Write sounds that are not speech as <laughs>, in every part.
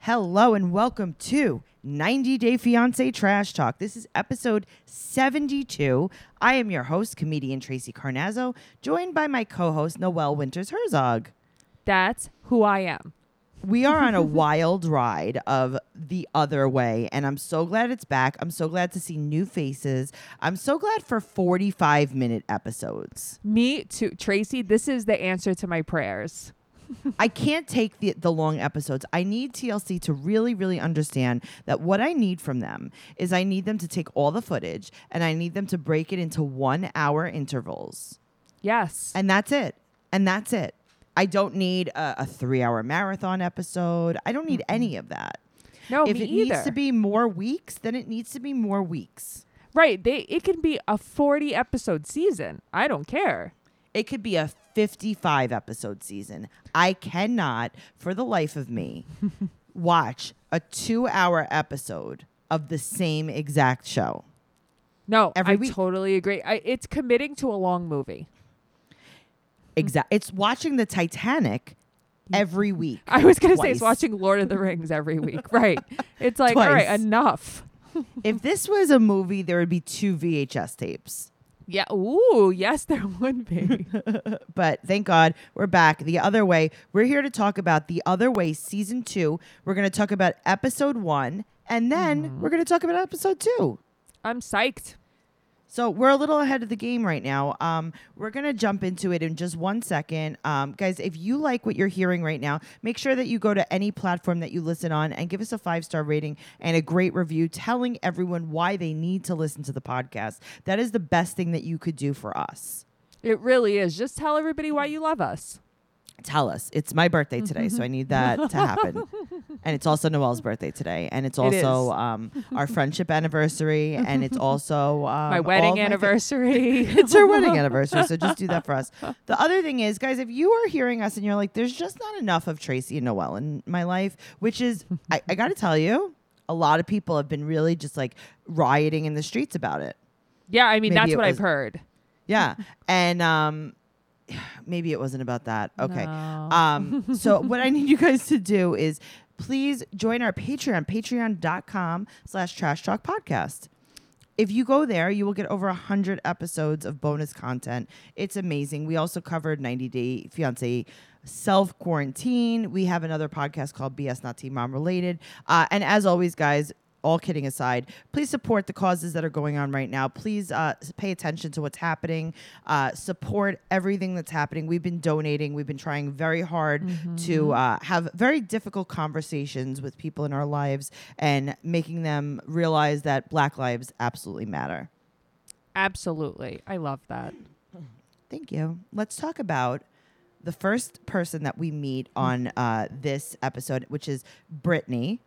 Hello and welcome to 90 Day Fiance Trash Talk. This is episode 72. I am your host, comedian Tracy Carnazzo, joined by my co host, Noelle Winters Herzog. That's who I am. We are on a wild ride of The Other Way, and I'm so glad it's back. I'm so glad to see new faces. I'm so glad for 45 minute episodes. Me too. Tracy, this is the answer to my prayers. I can't take the, the long episodes. I need TLC to really, really understand that what I need from them is I need them to take all the footage and I need them to break it into one hour intervals. Yes. And that's it. And that's it. I don't need a, a three hour marathon episode. I don't need any of that. no, if Oh, me it either. needs to be more weeks, then it needs to be more weeks. right. They it can be a 40 episode season. I don't care. It could be a 55 episode season. I cannot, for the life of me, watch a two hour episode of the same exact show. No, Every I week. totally agree. I, it's committing to a long movie. Exact. It's watching the Titanic every week. I was going to say it's Twice. watching Lord of the Rings every week. right. It's like, all right, Twice. enough. If this was a movie, there would be two VHS tapes. Yeah. Ooh, yes, there would <laughs> be. But thank God we're back the other way. We're here to talk about The Other Way season two. We're going to talk about episode one, and then we're going to talk about episode two. I'm psyched. So we're a little ahead of the game right now. Um, we're gonna jump into it in just one second, um, guys. If you like what you're hearing right now, make sure that you go to any platform that you listen on and give us a five star rating and a great review, telling everyone why they need to listen to the podcast. That is the best thing that you could do for us. It really is. Just tell everybody why you love us. Tell us. It's my birthday today, so I need that to <laughs> happen. And it's also Noelle's birthday today, and it's It also is. um, our friendship anniversary, and <laughs> it's also um, My all wedding of my fa- <laughs> anniversary. it's our wedding anniversary, so just do that for us. The other thing is, guys, if you are hearing us and you're like, there's just not enough of Tracy and Noel in my life, which is, I, I got to tell you, a lot of people have been really just like rioting in the streets about it. yeah, I Maybe mean, that's it what was- I've heard. Yeah. and um, <sighs> maybe it wasn't about that. Okay. No. Um, so what I need you guys to do is please join our Patreon, patreon.com slash trash talk podcast. If you go there, you will get over 100 episodes of bonus content. It's amazing. We also covered 90 Day Fiancé Self Quarantine. We have another podcast called BS Not Teen Mom Related. Uh, and as always, guys, all kidding aside, please support the causes that are going on right now. Please uh, s- pay attention to what's happening. Uh, support everything that's happening. We've been donating. We've been trying very hard to uh, have very difficult conversations with people in our lives and making them realize that Black lives absolutely matter. Absolutely. I love that. Thank you. Let's talk about the first person that we meet on uh, this episode, which is Brittany.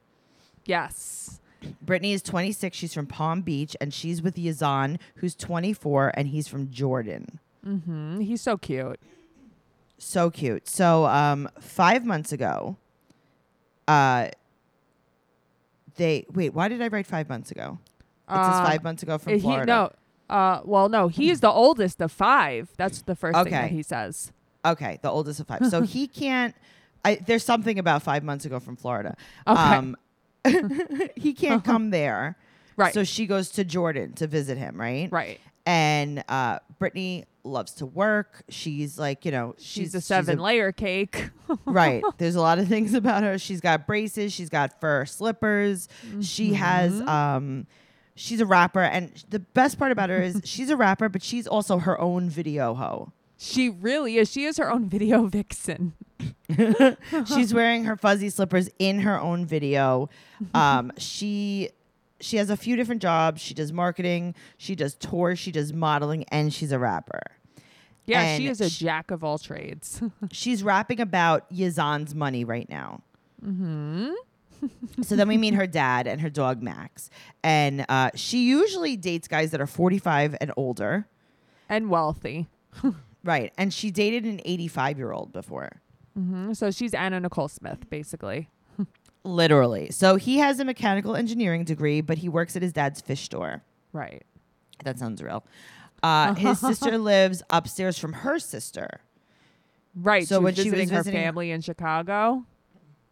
Yes. Brittany is 26. She's from Palm Beach, and she's with Yazan, who's 24, and he's from Jordan. Mm, he's so cute. So cute. So, um, five months ago, uh, they wait. Why did I write five months ago? It says Uh, five months ago Uh, from he, Florida. no. Uh, well, no, he's the oldest of five. That's the first thing that Okay. he says. Okay, the oldest of five. So <laughs> he can't. I, there's something about five months ago from Florida. Um, Okay. <laughs> Uh-huh. he can't come there. Right. So she goes to Jordan to visit him, right? right. And uh, Brittany loves to work. She's like, you know, she's, She's, a seven layer cake. <laughs> right. There's a lot of things about her. She's got braces. She's got fur slippers. She has. um She's a rapper, and the best part about her is she's a rapper, but she's also her own video hoe. she really is. She is her own <laughs> video vixen. She's wearing her fuzzy slippers in her own video. Um, she she has a few different jobs. She does marketing, she does tours, she does modeling, and she's a rapper. Yeah, she And is a sh- jack of all trades. <laughs> She's rapping about Yazan's money right now. Mm-hmm. <laughs> so then we meet her dad and her dog Max, and uh, she usually dates guys that are forty five and older, and wealthy. right? And she dated an eighty five year old before. Mm, So she's Anna Nicole Smith, basically. Literally. So he has a mechanical engineering degree, but he works at his dad's fish store. Right. That sounds real. Uh, his sister lives upstairs from her sister. Right. So she was when she was visiting her visiting- family in Chicago.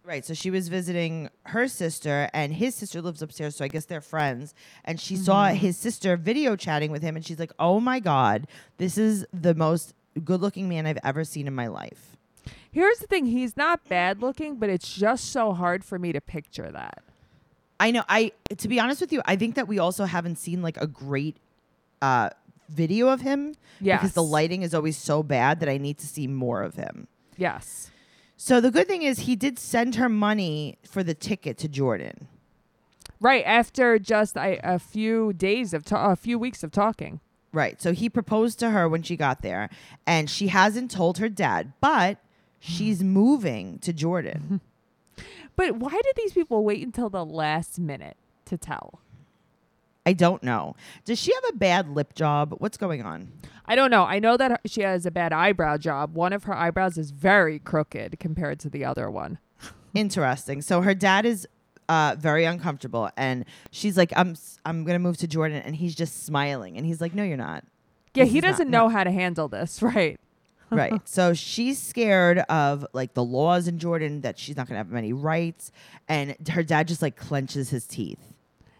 Right. So she was visiting her sister, and his sister lives upstairs. So I guess they're friends. And she saw his sister video chatting with him, and she's like, oh my God, this is the most good looking man I've ever seen in my life. Here's the thing he's not bad looking, but it's just so hard for me to picture that. I know. I, to be honest with you, I think that we also haven't seen like a great uh, video of him because the Yes. lighting is always so bad that I need to see more of him. Yes. So the good thing is he did send her money for the ticket to Jordan. Right after just I, a few days of ta- a few weeks of talking. Right. So he proposed to her when she got there, and she hasn't told her dad, but she's moving to Jordan. But why did these people wait until the last minute to tell? I don't know. Does she have a bad lip job? What's going on? I don't know. I know that her- she has a bad eyebrow job. One of her eyebrows is very crooked compared to the other one. Interesting. So her dad is uh, very uncomfortable, and she's like, "I'm s- I'm gonna move to Jordan," and he's just smiling, and he's like, "No, you're not." Yeah, This he is not- doesn't no. know how to handle this, <laughs> right? right. So she's scared of like the laws in Jordan that she's not gonna have many rights, and her dad just like clenches his teeth.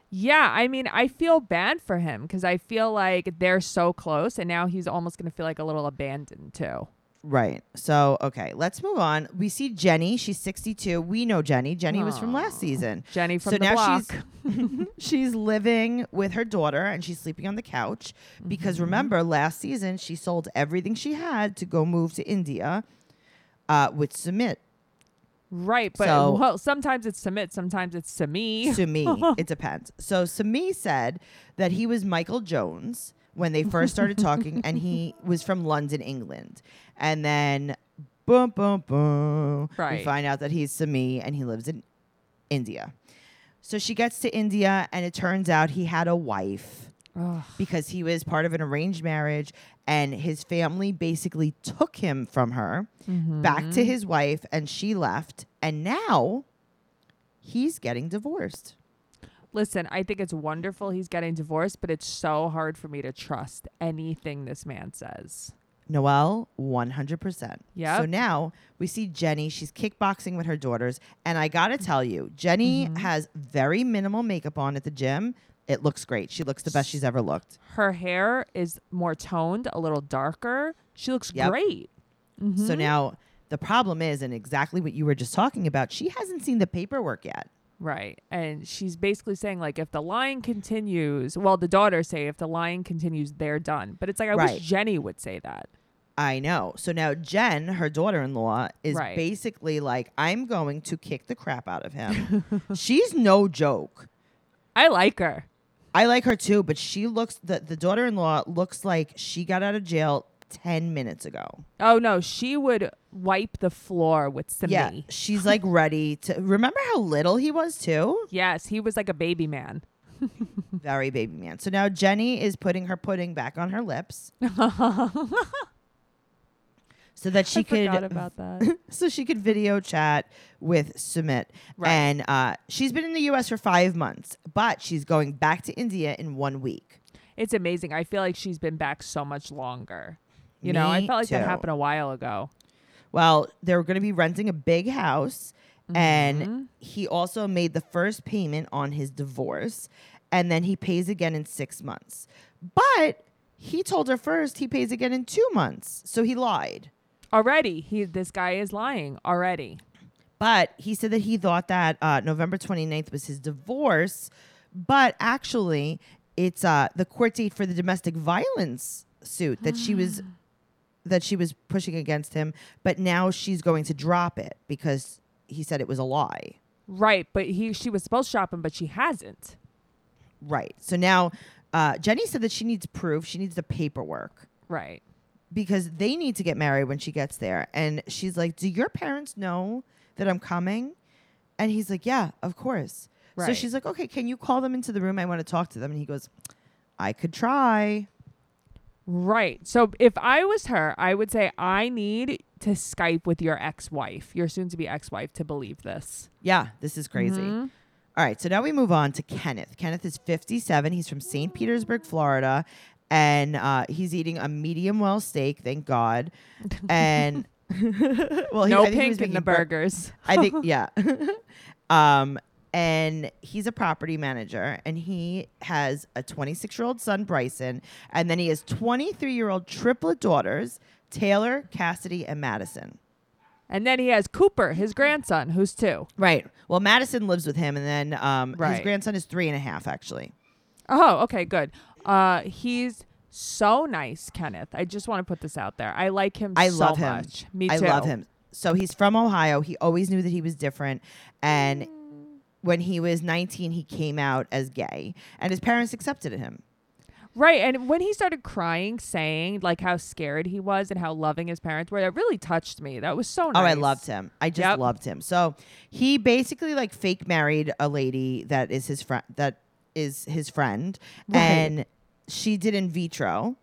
Yeah, I mean, I feel bad for him because I feel like they're so close, and now he's almost going to feel like a little abandoned too. Right. So, okay, let's move on. We see Jenny. She's 62. We know Jenny. Jenny was from last Aw. season. Jenny from so the now block. <laughs> she's she's living with her daughter and she's sleeping on the couch because Mm-hmm. remember last season she sold everything she had to go move to India uh, with Sumit. Right, but So- well, sometimes it's Submit, sometimes it's <laughs> Sami. Sumi. It depends. So Sumi said that he was Michael Jones when they first started talking, and he was from London, England. And then, boom, boom, boom, we Right. find out that he's Sumi and he lives in India. So she gets to India, and it turns out he had a wife Ugh. because he was part of an arranged marriage, and his family basically took him from her back to his wife, and she left. And now he's getting divorced. Listen, I think it's wonderful he's getting divorced, but it's so hard for me to trust anything this man says. Noelle, 100%. So Yep. now we see Jenny. She's kickboxing with her daughters. And I got to tell you, Jenny Mm-hmm. has very minimal makeup on at the gym. It looks great. She looks the best she's ever looked. Her hair is more toned, a little darker. She looks Yep. great. Mm-hmm. So now the problem is, and exactly what you were just talking about, she hasn't seen the paperwork yet. Right. And she's basically saying, like, if the lying continues, well, the daughters say, if the lying continues, they're done. But it's like, I Right. wish Jenny would say that. I know. So now Jen, her daughter in law, is Right. basically like, I'm going to kick the crap out of <laughs> him. she's no joke. I like her. I like her too, but she looks the, the daughter in law looks like she got out of jail ten minutes ago. Oh, no. She would wipe the floor with Simi. yeah, she's <laughs> like ready to. Remember how little he was too? Yes. He was like a baby man. <laughs> Very baby man. So now Jenny is putting her pudding back on her lips, so <laughs> that she I forgot could about <laughs> that. so she could video chat with Sumit. Right. And uh, she's been in the U.S. for five months, but she's going back to India in one week. it's amazing. I feel like she's been back so much longer. You know, I Me felt like too. that happened a while ago. Well, they're going to be renting a big house, and he also made the first payment on his divorce, and then he pays again in six months. But he told her first he pays again in two months, so he lied. Already, he this guy is lying already. But he said that he thought that uh, November 29th was his divorce, but actually, it's uh, the court date for the domestic violence suit that she was that she was pushing against him. But now she's going to drop it because he said it was a lie. Right, but he she was supposed to shop him, but she hasn't. Right. So now, uh, Jenny said that she needs proof. She needs the paperwork Right. because they need to get married when she gets there. And she's like, "Do your parents know that I'm coming?" And he's like, "Yeah, of course." So Right. she's like, "Okay, can you call them into the room? I want to talk to them." And he goes, "I could try." Right. So if I was her, I would say I need to Skype with your ex-wife, your soon-to-be ex-wife to believe this. Yeah, this is crazy. Mhm. All right, so now we move on to Kenneth. Kenneth is 57. He's from St. Petersburg, <laughs> Florida, and uh, he's eating a medium well steak, thank God. And well, he, I no think he was pink in making the bur- burgers. I <laughs> think yeah. <laughs> um and he's a property manager and he has a 26-year-old son Bryson and then he has 23-year-old triplet daughters Taylor, Cassidy and Madison. And then he has Cooper, his grandson, who's two. Right. Well, Madison lives with him and then um his Right. grandson is three and a half actually. Oh, okay, good. Uh, he's so nice, Kenneth. I just want to put this out there. I like him I so love him. much. Me too. I love him. So he's from Ohio. He always knew that he was different Mm. and when he was 19 he came out as gay and his parents accepted him. Right. And when he started crying, saying like how scared he was and how loving his parents were, that really touched me. That was so nice. Oh, I loved him. I just Yep. loved him. So he basically like fake married a lady that is his friend that is his friend, Right. and she did in vitro,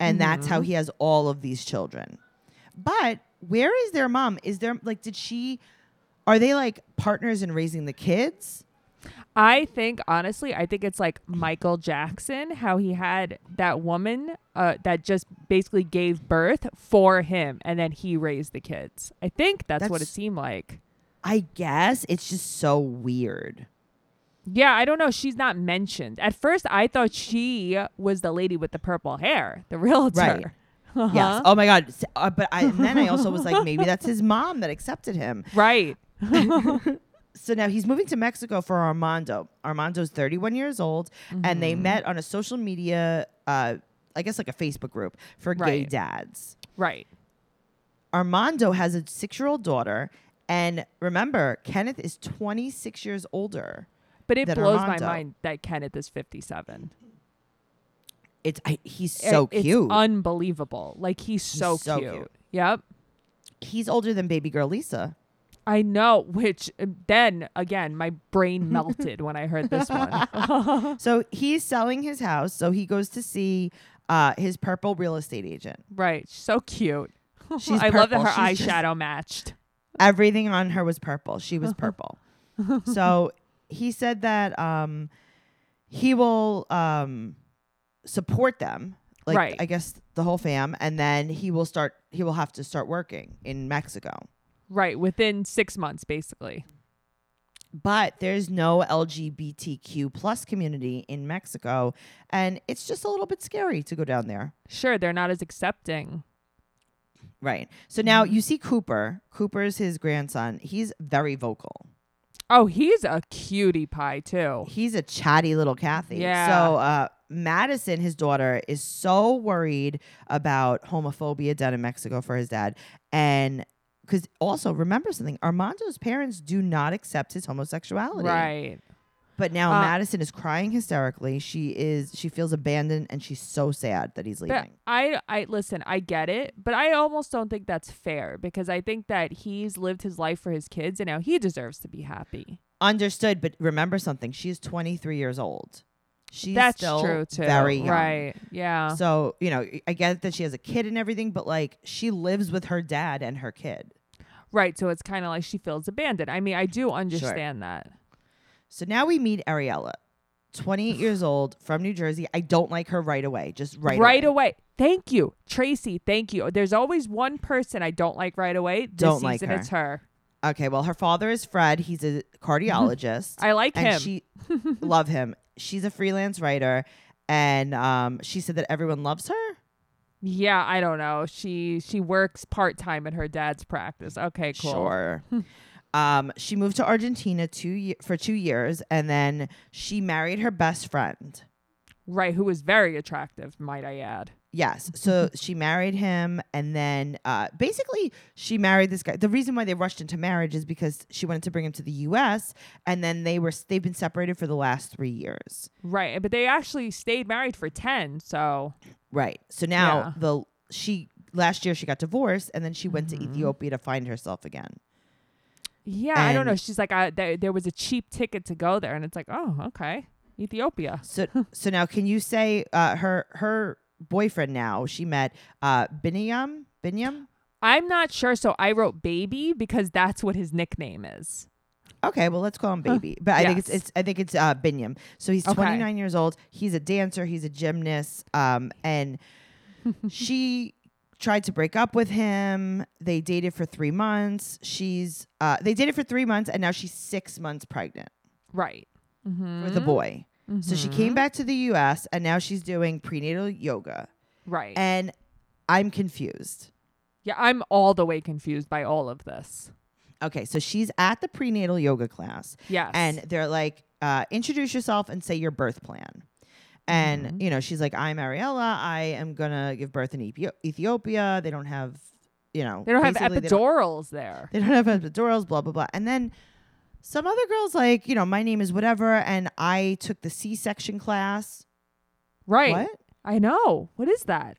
and that's Mm-hmm. how he has all of these children. But where is their mom? Is there like did she? Are they like partners in raising the kids? I think honestly, I think it's like Michael Jackson, how he had that woman uh, that just basically gave birth for him, and then he raised the kids. I think that's, what it That's- seemed like. I guess it's just so weird. Yeah, I don't know. She's not mentioned. At first, I thought she was the lady with the purple hair, the <laughs> realtor. Right. Uh-huh. Yes. Oh my god. S- uh, but I, and then I also was like, maybe that's <laughs> his mom that accepted him. Right. so now he's moving to Mexico for Armando. Armando's 31 years old, and Mm-hmm. they met on a social media, uh, I guess like a Facebook group for gay Right. dads. Right. Armando has a six year old daughter, and remember, Kenneth is 26 years older. But it That blows Armando- my mind that Kenneth is 57. It's I, he's so It- it's cute. unbelievable. Like he's so, so cute. cute. Yep. he's older than baby girl Lisa. I know, which uh, then again, my <laughs> brain melted when I heard this one. So he's selling his house. So he goes to see uh, his purple real estate agent. Right. So cute. She's I love that her purple. She's just- eyeshadow matched. everything on her was purple. She was purple. so he said that um, he will um, support them, like Right. I guess the whole fam, and then he will start. He will have to start working in Mexico. Right. Within six months, basically. But there's no LGBTQ plus community in Mexico, and it's just a little bit scary to go down there. Sure, they're not as accepting. Right. So now you see Cooper. Cooper's his grandson. He's very vocal. Oh, he's a cutie pie too. He's a chatty little Kathy. Yeah. So uh, Madison, his daughter, is so worried about homophobia down in Mexico for his dad, and because also remember something, Armando's parents do not accept his homosexuality. Right. But now Uh, Madison is crying hysterically. She is. She feels abandoned, and she's so sad that he's But leaving. I I listen, I get it, but I almost don't think that's fair because I think that he's lived his life for his kids and now he deserves to be happy. Understood. But remember something. She's 23 years old. She's that's still true too. very young. Right. Yeah. So, you know, I get that she has a kid and everything, but like she lives with her dad and her kid. Right. So it's kinda like she feels abandoned. I mean, I do understand that. So now we meet Ariella, <sighs> 28 years old from New Jersey. I don't like her right away, just right, right away. away. Thank you, Tracy. Thank you. There's always one person I don't like right away. This Don't season, like her. It's her. Okay, well, her father is Fred. He's a cardiologist. <laughs> I like and him. she <laughs> love him. She's a freelance writer and um, she said that everyone loves her. yeah, I don't know. She she works part time at her dad's practice. Okay, cool. Sure. <laughs> um, she moved to Argentina two ye- for 2 years and then she married her best friend. Right, who is very attractive, might I add. Yes. So she married him, and then uh, basically she married this guy. The reason why they rushed into marriage is because she wanted to bring him to the U.S. And then they were they've been separated for the last three years. Right, but they actually stayed married for ten. So Right. So now Yeah. the she last year she got divorced, and then she went to Ethiopia to find herself again. yeah, I don't know. And- She's like, I, there, there was a cheap ticket to go there, and it's like, oh, okay, Ethiopia. So so now can you say uh, her her boyfriend now she met uh, Binyam Binyam. I'm not sure, so I wrote baby because that's what his nickname is. Okay, well let's call him baby. But I think it's, Yes. it's I think it's uh Binyam. So he's Okay. 29 <laughs> years old. He's a dancer, he's a gymnast um and she tried to break up with him. They dated for three months. She's uh, they dated for three months, and now she's six months pregnant Right. Mm-hmm. with a boy. So she came back to the U.S. and now she's doing prenatal yoga. Right. And I'm confused. yeah, I'm all the way confused by all of this. Okay, so she's at the prenatal yoga class, Yes. and they're like, uh, introduce yourself and say your birth plan. And Mm-hmm. you know, she's like, I'm Ariella. I am gonna give birth in Ethi- Ethiopia. They don't have, you know, they don't have basically they don't- epidurals there. They don't have epidurals, blah, blah, blah. And then some other girl's like, you know, my name is whatever, and I took the C section class. Right. What? I know. What is that?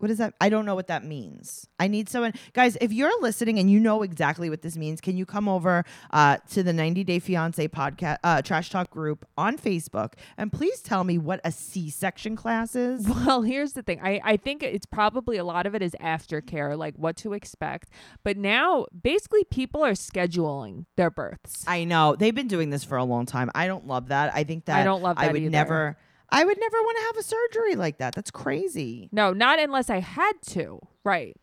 What is that? I don't know what that means. I need someone. Guys, if you're listening and you know exactly what this means, can you come over uh, to the 90 Day Fiance podcast, uh, Trash Talk group on Facebook, and please tell me what a C section class is? <laughs> Well, here's the thing. I, I think it's probably a lot of it is aftercare, like what to expect. But now, basically, people are scheduling their births. I know. They've been doing this for a long time. I don't love that. I think that I don't love I that would either. never. I would never want to have a surgery like that. That's crazy. no, not unless I had to. Right.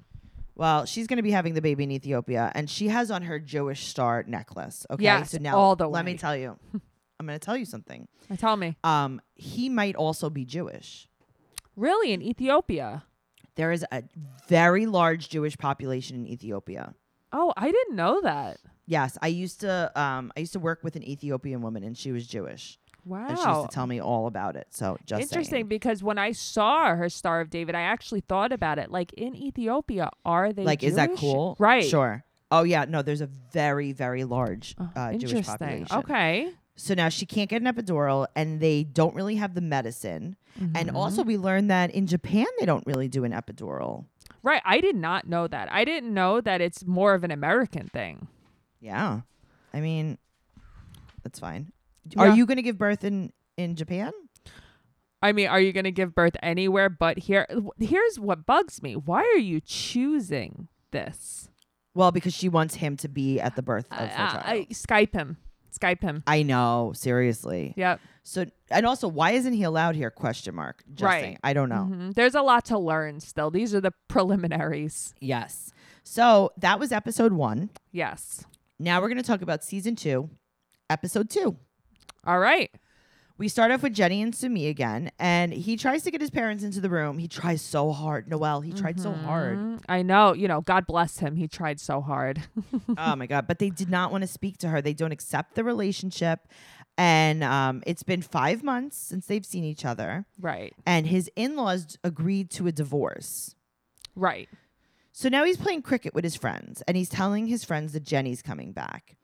Well, she's going to be having the baby in Ethiopia, and she has on her Jewish star necklace. Okay, Yes, so now all the let way. me tell <laughs> you, I'm going to tell you something. Now Tell me. Um, he might also be Jewish. Really, in Ethiopia? There is a very large Jewish population in Ethiopia. Oh, I didn't know that. Yes, I used to um, I used to work with an Ethiopian woman, and she was Jewish, Wow. and she used to tell me all about it. So just Oh. Interesting saying. because when I saw her Star of David, I actually thought about it. Like in Ethiopia, are they Like, is that Jewish? cool? Right. Sure. Oh yeah, no. There's a very very large Oh, uh, Jewish interesting. population. Okay. So now she can't get an epidural, and they don't really have the medicine. And Mm-hmm. also, we learned that in Japan, they don't really do an epidural. Right. I did not know that. I didn't know that it's more of an American thing. Yeah. I mean, that's fine. Are Yeah. you going to give birth in, in Japan? I mean, are you going to give birth anywhere but here? W- Here's what bugs me. Why are you choosing this? Well, because she wants him to be at the birth of her child. I, I- Skype him. Skype him. I know, seriously. Yep. So, and also, why isn't he allowed here? Question mark. Just Right. saying. I don't know. Mhm. There's a lot to learn still. These are the preliminaries. Yes. So that was episode one. Yes. Now we're going to talk about season two, episode two. All right. We start off with Jenny and Sumi again, and he tries to get his parents into the room. He tries so hard. Noel, he tried so hard. Mm, I know, you know, God bless him. He tried so hard. <laughs> oh my God. But they did not want to speak to her. They don't accept the relationship. And um, it's been five months since they've seen each other, right. and his in laws agreed to a divorce. Right. So now he's playing cricket with his friends, and he's telling his friends that Jenny's coming back.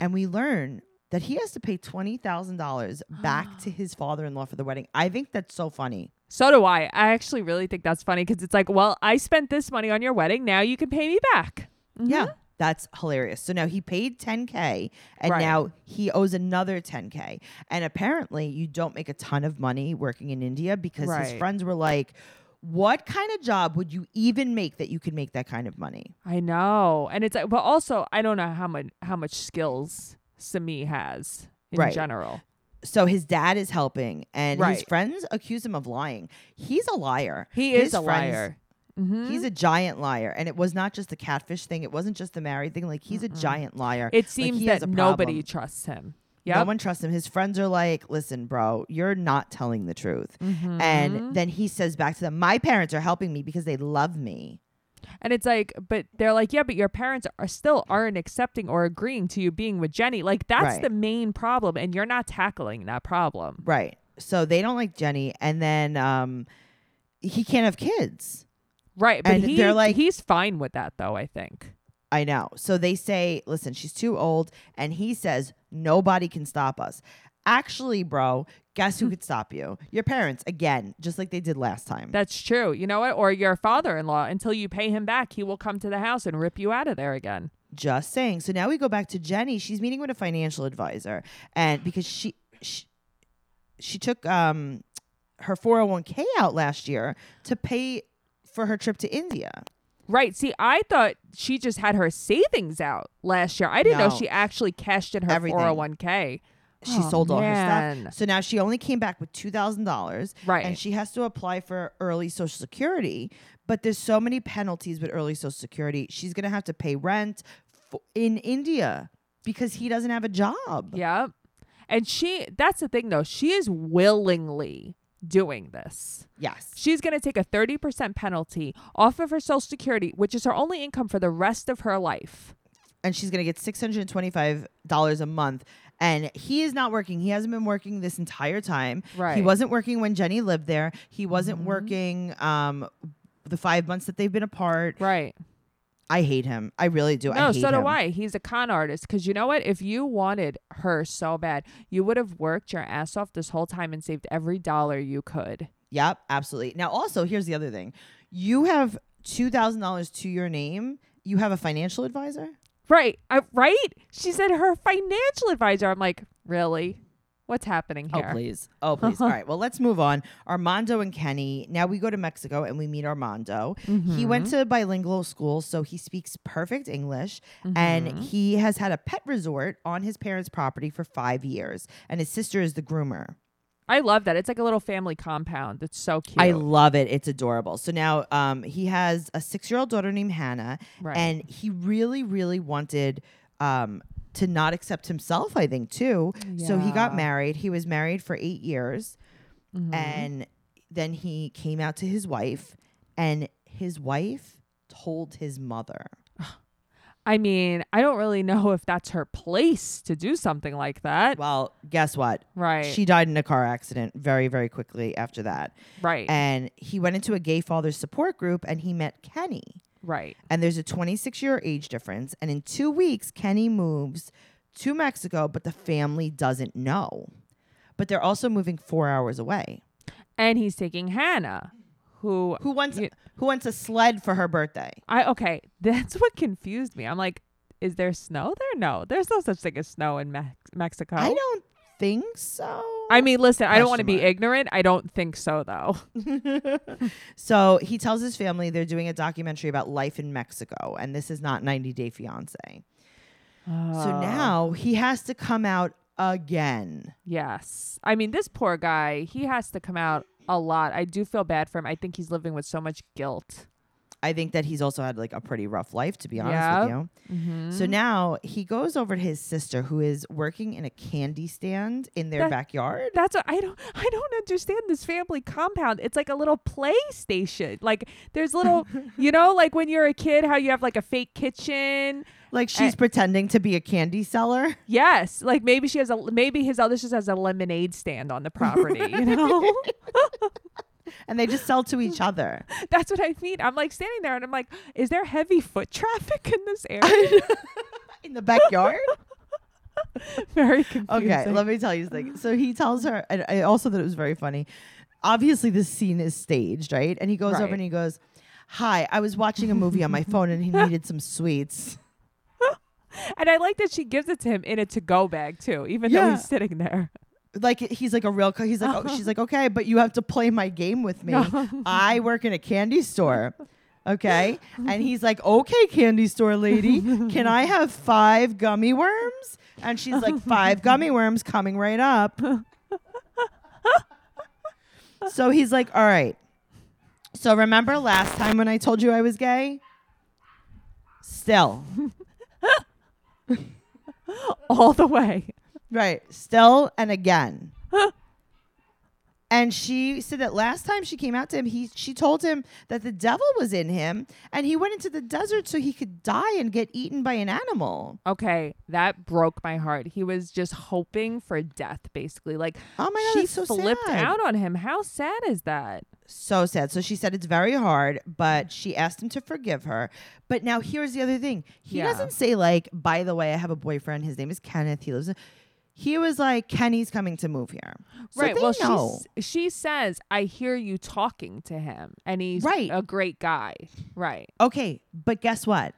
And we learn that he has to pay $20,000 back to his father in law for the wedding. I think that's so funny. So do I. I actually really think that's funny because it's like, well, I spent this money on your wedding. Now you can pay me back. Mm-hmm. Yeah. That's hilarious. So now he paid 10K and Right. now he owes another 10K. And apparently, you don't make a ton of money working in India because his Right. friends were like, What kind of job would you even make that you could make that kind of money? I know. And it's like, but also, I don't know how much how much skills Sami has in Right. general. So his dad is helping and his Right. friends accuse him of lying. He's a liar. He His is a friends- liar. Mhm. He's a giant liar. And it was not just the catfish thing, it wasn't just the married thing. Like, he's a giant liar. It seems he has that a nobody problem. trusts him. No Yep. one trusts him. His friends are like, listen, bro, you're not telling the truth. And then he says back to them, my parents are helping me because they love me. and it's like, but they're like, yeah, but your parents are still aren't accepting or agreeing to you being with Jenny. Like that's Right. the main problem, and you're not tackling that problem. Right. So they don't like Jenny. And then um, he can't have kids. Right, but And he, they're like- he's fine with that though. I think. I know. So they say, listen, she's too old. And he says, nobody can stop us. Actually, bro, guess who could stop you? Your parents, again, just like they did last time. That's true. You know what? Or your father-in-law. Until you pay him back, he will come to the house and rip you out of there again. Just saying. So now we go back to Jenny. She's meeting with a financial advisor, and because she she, she took um her four hundred one k out last year to pay for her trip to India. Right. See, I thought she just had her savings out last year. I didn't No. know she actually cashed in her Everything. 401k. she Oh, sold all her man. stuff. So now she only came back with two thousand dollars, Right. And she has to apply for early Social Security. But there's so many penalties with early Social Security. She's gonna have to pay rent f- in India because he doesn't have a job. Yep. And she that's the thing though, she is willingly doing this. Yes, She's going to take a 30% penalty off of her social security, which is her only income for the rest of her life. and she's gonna get six hundred twenty-five dollars a month. And he is not working. He hasn't been working this entire time. He Right. Mm-hmm. wasn't working when Jenny lived there. He wasn't working um, the five months that they've been apart. Right. I hate him. I really do. I no, hate so do him. I. He's a con artist. Because you know what? If you wanted her so bad, you would have worked your ass off this whole time and saved every dollar you could. Yep, absolutely. Now, also, here's the other thing: you have two thousand dollars to your name. You have a financial advisor. Right. I, right? She said her financial advisor. I'm like, really? What's happening here? Oh please! Oh <laughs> please! All right. Well, let's move on. Armando and Kenny. Now we go to Mexico and we meet Armando. He went Mm-hmm. to bilingual school, so he speaks perfect English, Mm-hmm. and he has had a pet resort on his parents' property for five years. And his sister is the groomer. I love that. It's like a little family compound. It's so cute. I love it. It's adorable. So now um, he has a six year old daughter named Hannah, Right. and he really, really wanted um, to not accept himself, I think, too. So he got Yeah. Mm-hmm. married. He was married for eight years, and then he came out to his wife, and his wife told his mother. I mean, I don't really know if that's her place to do something like <laughs> that. Well, guess what? right. She died in a car accident very, very quickly after that. right. And he went into a gay father's support group and he met Kenny. right. and there's a 26 year age difference. And in two weeks, Kenny moves to Mexico, but the family doesn't know. But they're also moving four hours away. And he's taking Hannah, who Who wants You- who wants a sled for her birthday? I okay, <laughs> that's what confused me. I'm like, is there snow there? No. There's no such thing as snow in Mex- Mexico. I don't think so. I mean, listen, I don't want to Question be mark. ignorant. I don't think so though. so he tells his family they're doing a documentary about life in Mexico, and this is not 90 Day Fiance. So Uh, now he has to come out again. Yes. I mean, this poor guy, he has to come out a lot. I do feel bad for him. I think he's living with so much guilt. I think that he's also had like a pretty rough life, to be honest with Yeah. you. Mm-hmm. So now he goes over to his sister, who is working in a candy stand in their That- backyard. That's what I don't <laughs> I don't understand this family compound. It's like a little play station. Like there's little you know, like when you're a kid how you have like a fake kitchen. Like Eh. she's pretending to be a candy seller. <laughs> Yes. Like maybe she has a maybe his other sister has a lemonade stand on the property, you know? <laughs> And they just sell to each other. That's what I mean. I'm like standing there and I'm like, is there heavy foot traffic in this area? <laughs> In the backyard? Very confusing. okay, let me tell you something. So he tells her, and I also thought it was very funny. Obviously, this scene is staged, right? And he goes Right. over and he goes, Hi, I was watching a movie on my phone <laughs> and he needed some sweets. And I like that she gives it to him in a to go bag too, even though Yeah. he's <laughs> sitting there. like he's like a real co- he's like oh, she's like okay but you have to play my game with me i work in a candy store okay and he's like okay candy store lady can i have five gummy worms and she's like five gummy worms coming right up so he's like all right so remember last time when i told you i was gay still All the way. Right. Still and again. and she said that last time she came out to him, he she told him that the devil was in him and he went into the desert so he could die and get eaten by an animal. Okay, that broke my heart. He was just hoping for death, basically. Like, Oh my god, she that's so flipped sad. out on him. How sad is that? So sad. So she said it's very hard, but she asked him to forgive her. But now here's the other thing. He Yeah. doesn't say like, by the way, I have a boyfriend. His name is Kenneth. He lives in he was like, Kenny's coming to move here. So right. they Well, know. she she says, "I hear you talking to him, and he's Right. a great guy." Right. okay, but guess what?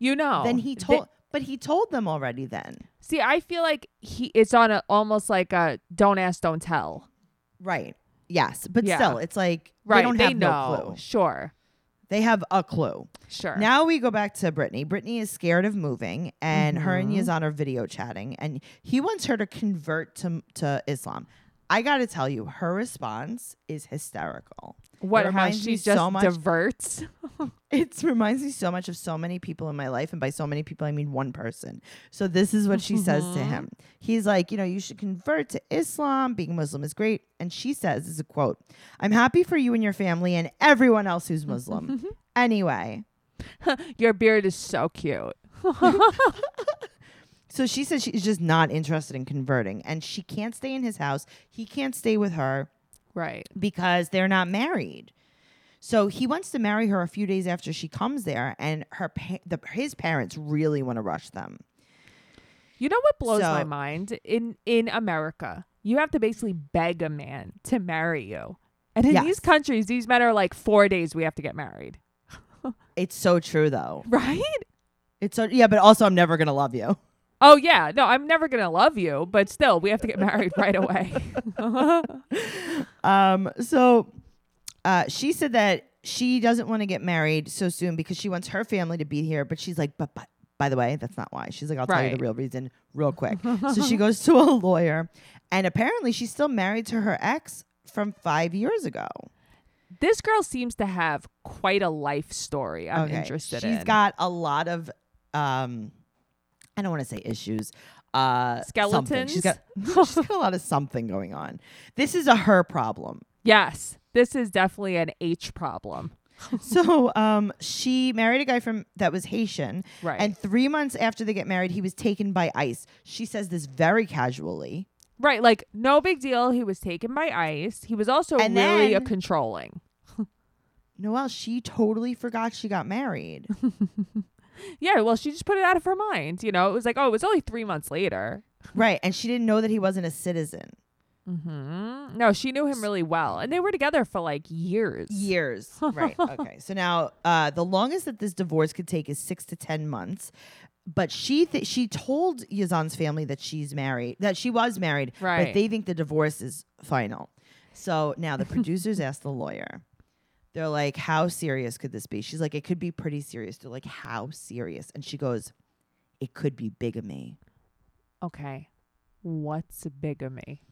You know. then he Th- told but he told them already then see, I feel like he it's on a almost like a don't ask, don't tell. right yes but Yeah. still it's like Right. they don't have know. no clue Sure. They have a clue. Sure. Now we go back to Brittany. Brittany is scared of moving, and her and Yazan are video chatting, and he wants her to convert to to Islam. I got to tell you, her response is hysterical. what? How reminds she me just so much- diverts. It reminds me so much of so many people in my life, and by so many people, I mean one person. So this is what she says to him. He's like, you know, you should convert to Islam. Being Muslim is great, and she says, "This is a quote: I'm happy for you and your family and everyone else who's Muslim." anyway, Your beard is so cute. So she says she's just not interested in converting and she can't stay in his house. He can't stay with her Right. because they're not married. So he wants to marry her a few days after she comes there and her pa- the, his parents really want to rush them. You know what blows my So- mind in in America? You have to basically beg a man to marry you. And in these Yes. countries, these men are like 4 days we have to get married. It's so true though. Right? It's so yeah, but also I'm never going to love you. Oh yeah, no, I'm never going to love you, but still we have to <laughs> get married right away. <laughs> Um so uh she said that she doesn't want to get married so soon because she wants her family to be here, but she's like but, but by the way, that's not why. She's like, I'll tell you Right. the real reason real quick. so she goes to a lawyer, and apparently she's still married to her ex from five years ago. this girl seems to have quite a life story I'm interested in. She's got a lot of, um, I don't want to say issues. Uh, something. She's got, <laughs> she's got a lot of something going on. This is a her problem. Yes, this is definitely an H problem. <laughs> so um, she married a guy from that was Haitian, Right. And three months after they get married, he was taken by ICE. She says this very casually. Right, like no big deal. He was taken by ICE. He was also And really a then- controlling. Noelle, she totally forgot she got <laughs> married. Yeah, well, she just put it out of her mind. You know, it was like, oh, it was only three months later. right. And she didn't know that he wasn't a citizen. hmm No, she knew him really well, and they were together for like years. Years. <laughs> right. Okay. So now uh, the longest that this divorce could take is six to 10 months. But she th- she told Yazan's family that she's married, that she was married. Right. But they think the divorce is final. So now the <laughs> producers asked the lawyer. They're like, how serious could this be? She's like, it could be pretty serious. They're like, how serious? And she goes, it could be bigamy. Okay, what's bigamy?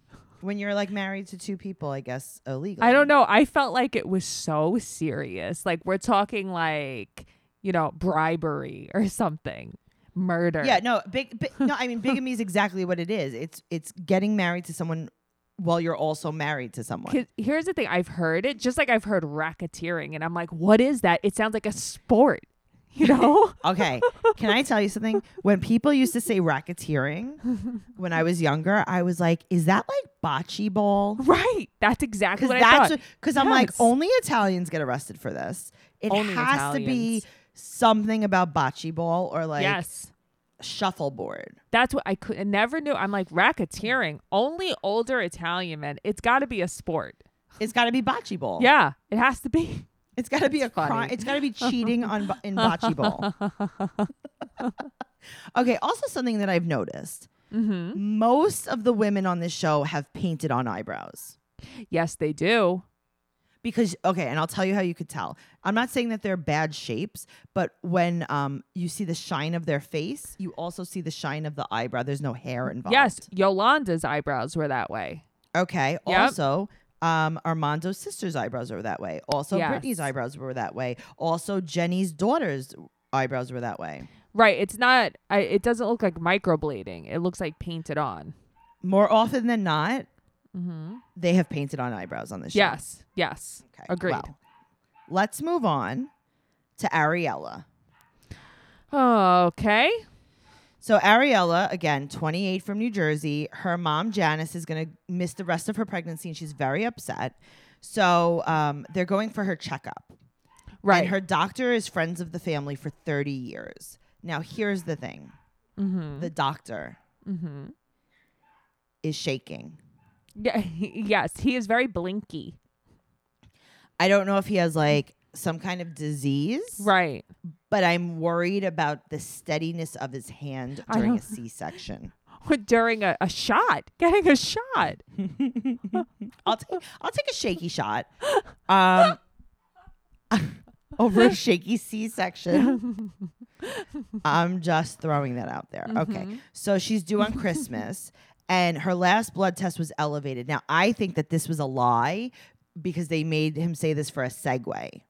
When you're like married to two people, I guess illegally. I don't know. I felt like it was so serious. Like we're talking like you know bribery or something, murder. Yeah, no, big, bi- no. I mean, bigamy is exactly what it is. It's it's getting married to someone while you're also married to someone. <laughs> 'Cause Here's the thing. I've heard it just like I've heard racketeering, and I'm like, what is that? It sounds like a sport. <laughs> You know? Okay, can I tell you something? When people used to say racketeering when I was younger, I was like, is that like bocce ball? right. That's exactly Because what I that's thought. because I'm like Yes. only Italians get arrested for this. It Only has to be something about bocce ball or like yes. shuffleboard. That's what I could I never knew. I'm like racketeering. Only older Italian men. It's got to be a sport. It's got to be bocce ball. Yeah, it has to be. It's got to be a funny. crime. It's <laughs> got to be cheating on bo- in bocce ball. <laughs> okay. Also, something that I've noticed: hmm Mm-hmm. most of the women on this show have painted on eyebrows Yes, they do. because okay, and I'll tell you how you could tell. I'm not saying that they're bad shapes, but when um you see the shine of their face, you also see the shine of the eyebrow. There's no hair involved. Mm, Yes, Yolanda's eyebrows were that way. Okay. Yep. Also, um, Armando's sister's eyebrows were that way. Also, Yes. Brittany's eyebrows were that way. Also, Jenny's daughter's eyebrows were that way. Right. It's not. I, it doesn't look like microblading. It looks like painted on. more often than not, they have painted on eyebrows on the show. Mm-hmm. Yes. Yes. Okay. Agreed. well, let's move on to Ariella. Okay. So Ariella, again, 28 from New Jersey. Her mom Janice is going to miss the rest of her pregnancy, and she's very upset. So um, they're going for her checkup. Right. And her doctor is friends of the family for 30 years. Now, here's the thing: mm-hmm. the doctor Mm-hmm. is shaking. Yeah. <laughs> yes. He is very blinky. I don't know if he has like some kind of disease. Right. but I'm worried about the steadiness of his hand I during a don't- C-section. <laughs> During a, a shot, getting a shot. I'll take I'll take a shaky shot. Um, <laughs> over a shaky C section. I'm just throwing that out there. Okay. So she's due on Christmas, and her last blood test was elevated. Now, I think that this was a lie because they made him say this for a segue.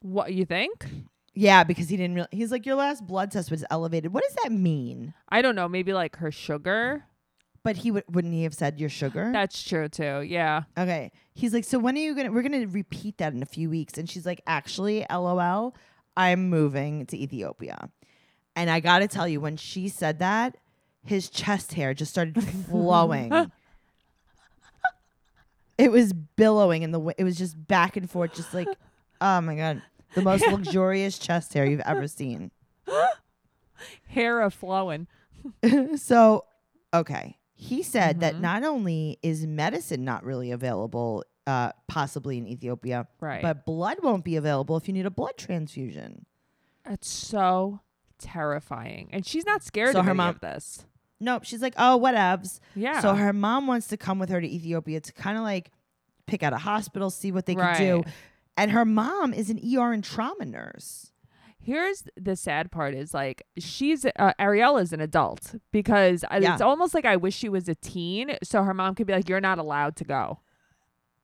What you think? Yeah, because he didn't really. He's like, Your last blood test was elevated. What does that mean? I don't know. Maybe like her sugar. But he would, wouldn't he have said your sugar? That's true too. Yeah. Okay. He's like, so when are you gonna? We're gonna repeat that in a few weeks. And she's like, actually, lol, I'm moving to Ethiopia. And I gotta tell you, when she said that, his chest hair just started flowing. it was billowing, and the w- it was just back and forth, just like, oh my god, the most luxurious chest hair you've ever seen. Hair a flowing. So, okay. He said that not only is medicine not really available, uh, possibly in Ethiopia, Right. but blood won't be available if you need a blood transfusion. It's so terrifying. And she's not scared So of her any mom- of this. Nope. She's like, oh, whatevs. Yeah. So her mom wants to come with her to Ethiopia to kind of like pick out a hospital, see what they Right. can do. And her mom is an ER and trauma nurse. Here's the sad part is like she's uh, Ariella is an adult because I Yeah. it's almost like I wish she was a teen so her mom could be like you're not allowed to go.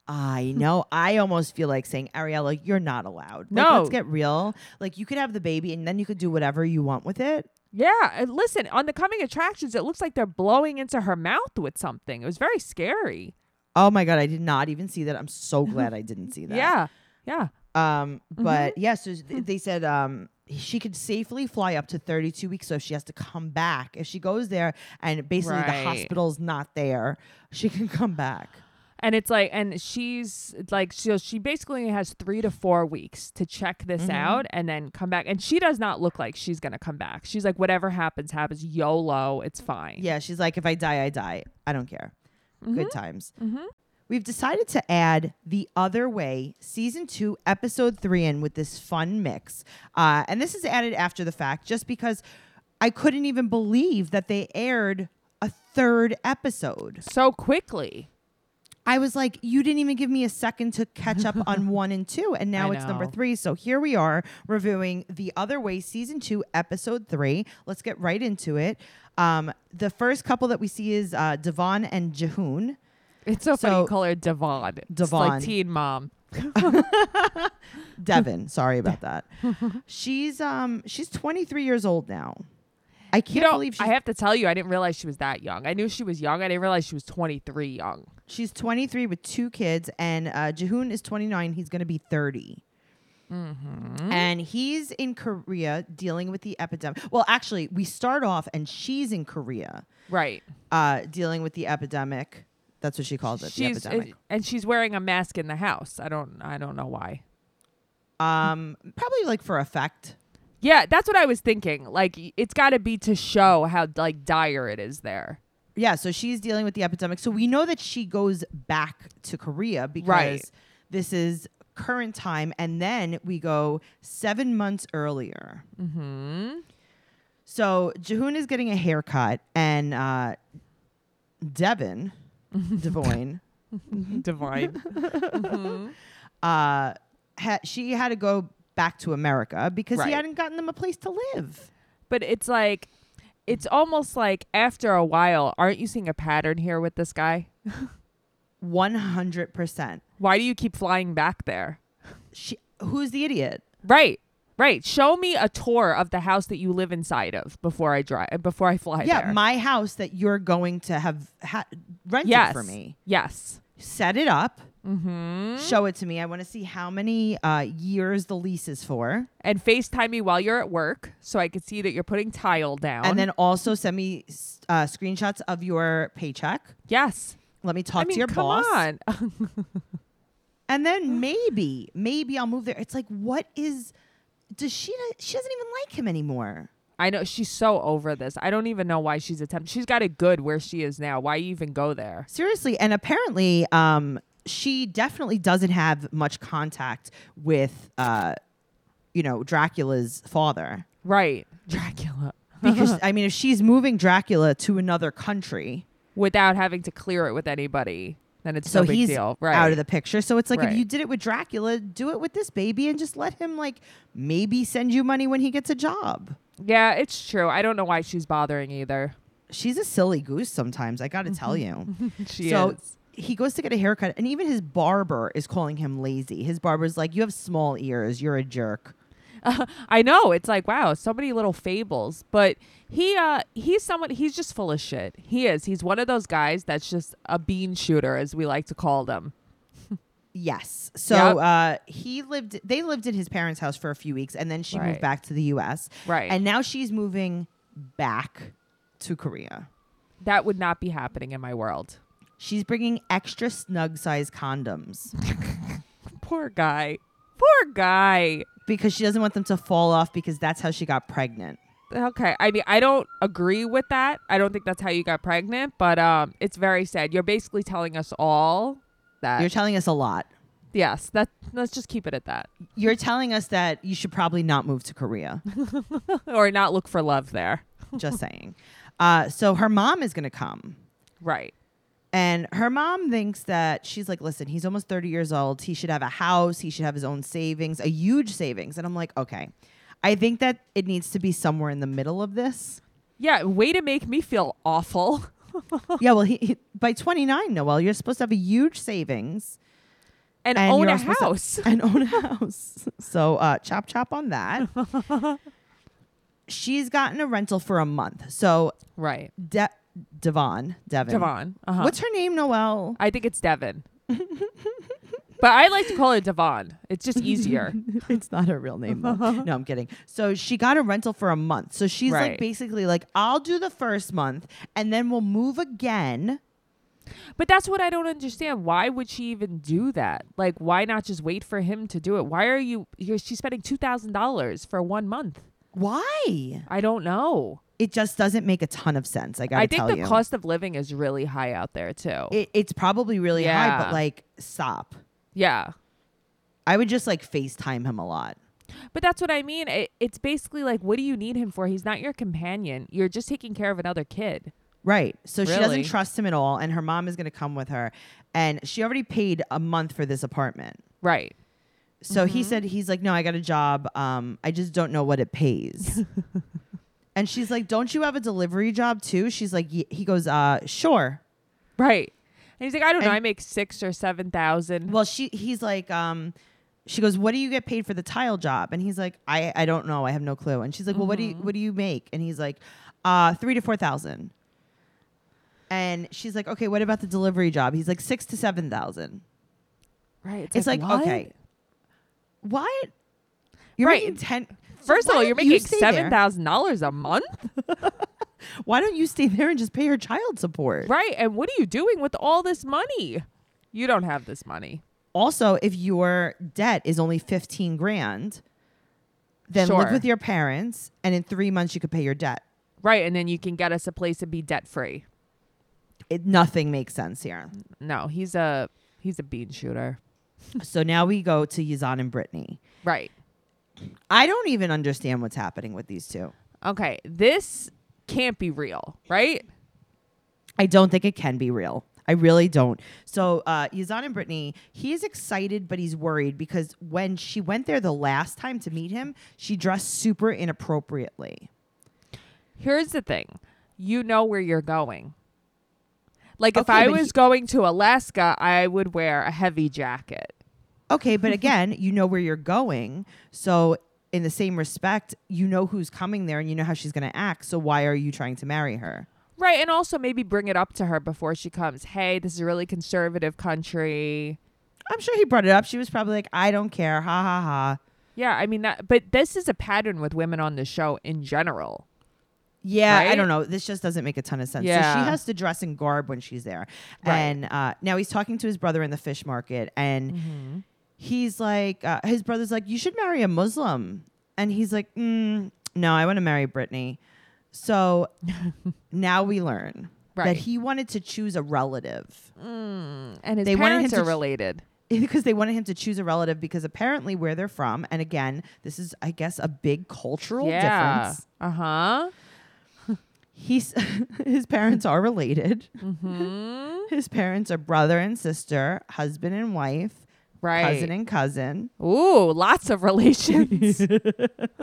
I <laughs> know. I almost feel like saying, Ariella, you're not allowed. Like, No. Let's get real. Like, you could have the baby and then you could do whatever you want with it. Yeah, and listen, on the coming attractions it looks like they're blowing into her mouth with something. It was very scary. Oh my god, I did not even see that. I'm so glad I didn't see <laughs> that. Yeah. Yeah. Um, but yes, yeah, so th- they said um she could safely fly up to 32 weeks, so if she has to come back. If she goes there and basically Right. the hospital's not there, she can come back. And it's like, and she's like, she she basically has three to four weeks to check this out and then come back. And she does not look like she's gonna come back. She's like, whatever happens, happens. YOLO, it's fine. Yeah, she's like, if I die, I die. I don't care. Good times. We've decided to add The Other Way, season two, episode three, in with this fun mix. Uh, and this is added after the fact just because I couldn't even believe that they aired a third episode. So quickly. I was like, you didn't even give me a second to catch up <laughs> on one and two. And now I it's number know. three. So here we are reviewing The Other Way, season two, episode three. Let's get right into it. Um, the first couple that we see is uh, Devon and Jehoon. It's so, funny. You So- call her Devon. It's Devon. like teen mom. <laughs> Devon, sorry about that. she's um she's 23 years old now. I can't You know, believe she's, I have to tell you, I didn't realize she was that young. I knew she was young. I didn't realize she was 23 young. she's 23 with two kids, and uh, Jehoon is 29. He's going to be 30. Mm-hmm. and he's in Korea dealing with the epidemic. Well, actually, we start off and she's in Korea Right. uh, dealing with the epidemic. That's what she calls it, she's the epidemic. and she's wearing a mask in the house. I don't I don't know why. um, probably like for effect. Yeah, that's what I was thinking. Like y- it's got to be to show how like dire it is there. Yeah, so she's dealing with the epidemic. So we know that she goes back to Korea because Right. this is current time, and then we go seven months earlier. Mm-hmm. So Jahoon is getting a haircut, and uh, <laughs> Devin, Devoyne, Divine. <laughs> uh, ha- she had to go back to America because Right. he hadn't gotten them a place to live. but it's like it's almost like after a while, aren't you seeing a pattern here with this guy? 100%. Why do you keep flying back there? She, who's the idiot? Right. Right. Show me a tour of the house that you live inside of before I drive before I fly yeah, there. my house that you're going to have ha- rented yes. for me. Yes. Set it up, Mm-hmm. show it to me. I want to see how many uh, years the lease is for. And FaceTime me while you're at work so I could see that you're putting tile down. And then also send me s- uh, screenshots of your paycheck. yes. Let me talk I mean, to your come boss. on. And then maybe, maybe I'll move there. It's like, what is. Does she? She doesn't even like him anymore. I know she's so over this. I don't even know why she's attempting. She's got it good where she is now. Why even go there? Seriously, and apparently, um, she definitely doesn't have much contact with, uh, you know, Dracula's father Right, Dracula. <laughs> because I mean, if she's moving Dracula to another country, Without having to clear it with anybody. then it's so no big he's deal, right? out of the picture. So it's like Right. if you did it with Dracula, do it with this baby and just let him like maybe send you money when he gets a job. yeah, it's true. I don't know why she's bothering either. <laughs> She's a silly goose sometimes, I got to tell Mm-hmm. you. She so is. he goes to get a haircut and even his barber is calling him lazy. His barber's like, "You have small ears, you're a jerk." <laughs> I know. It's like wow, so many little fables. But he uh he's someone he's just full of shit. He is. He's one of those guys that's just a bean shooter, as we like to call them. Yes. So Yep. uh, he lived they lived in his parents' house for a few weeks and then she Right. moved back to the US. Right. And now she's moving back to Korea. That would not be happening in my world. She's bringing extra snug size condoms. Poor guy. Poor guy. because she doesn't want them to fall off because that's how she got pregnant. Okay. I mean, I don't agree with that. I don't think that's how you got pregnant, but um it's very sad. You're basically telling us all that You're telling us a lot. yes, that let's just keep it at that. <laughs> You're telling us that you should probably not move to Korea. or not look for love there. Just <laughs> saying. Uh, so her mom is going to come. Right. And her mom thinks that she's like, listen, he's almost 30 years old. He should have a house. He should have his own savings, a huge savings. And I'm like, okay. I think that it needs to be somewhere in the middle of this. Yeah, way to make me feel awful. <laughs> yeah, well, he, he, by 29, Noel, you're supposed to have a huge savings And, And own you're a also supposed house. and own a house. <laughs> So uh, chop chop on that. She's gotten a rental for a month. So right. De- Devon, Devon, <laughs> Devon. Uh-huh. What's her name, Noelle? I think it's Devon. <laughs> but I like to call it Devon. <laughs> It's just easier. <laughs> it's not her real name. Though. no, I'm kidding. So she got a rental for a month. So she's Uh-huh. Right. like basically like, I'll do the first month and then we'll move again. But that's what I don't understand. Why would she even do that? Like, why not just wait for him to do it? Why are you? You're, she's spending two thousand dollars for one month. Why? I don't know. It just doesn't make a ton of sense. I gotta I think tell the you, cost of living is really high out there too. it, it's probably really high, Yeah. but like, stop. yeah, I would just like FaceTime him a lot. but that's what I mean. It, it's basically like, what do you need him for? He's not your companion. You're just taking care of another kid. Right. So she Really? doesn't trust him at all, and her mom is going to come with her. And she already paid a month for this apartment. Right. So Mm-hmm. he said, he's like, no, I got a job. Um, I just don't know what it <laughs> pays. and she's like, don't you have a delivery job too? She's like, "Ye-" he goes, uh, sure. Right. And he's like, I don't know. And- I make six or seven thousand. Well, she, he's like, um, she goes, what do you get paid for the tile job? And he's like, I, I don't know. I have no clue. And she's like, well, what do you, Mm-hmm. what do you make? And he's like, uh, three to 4,000. And she's like, okay, what about the delivery job? He's like six to 7,000. right. It's, It's like, what? okay, what? You're Right. making ten. First of all, you're making seven seven thousand. thousand dollars a month. Why don't you stay there and just pay her child support? Right. And what are you doing with all this money? You don't have this money. Also, if your debt is only fifteen grand, then Sure. live with your parents, and in three months you could pay your debt. Right. And then you can get us a place and be debt free. It, nothing makes sense here. No, he's a he's a bean shooter. so now we go to Yazan and Brittany. Right. I don't even understand what's happening with these two. Okay. This can't be real, right? I don't think it can be real. I really don't. So uh, Yazan and Brittany, he is excited, but he's worried because when she went there the last time to meet him, she dressed super inappropriately. Here's the thing. You know where you're going. Like if Okay, I but was he- going to Alaska, I would wear a heavy jacket. Okay, <laughs> but again, you know where you're going. So in the same respect, you know who's coming there and you know how she's going to act. So why are you trying to marry her? Right, and also maybe bring it up to her before she comes. Hey, this is a really conservative country. I'm sure he brought it up. She was probably like, I don't care. Ha ha ha. Yeah, I mean that but this is a pattern with women on the show in general. Yeah, I Right? don't know. This just doesn't make a ton of sense. So Yeah. she has to dress in garb when she's there. Right. And uh, now he's talking to his brother in the fish market, and he's like, uh, his brother's like, you should marry a Muslim. And he's like, mm, no, I want to marry Brittany. <laughs> So now we learn Right. that he wanted to choose a relative <laughs> And his They wanted parents him to are ch- related. because they wanted him to choose a relative because apparently where they're from, and again, this is, I guess, a big cultural yeah. Uh-huh. difference. Uh huh. He's <laughs> his parents are related. hmm His parents are brother and sister, husband and wife, Right. cousin and cousin, Ooh, lots <laughs> of relations. <laughs>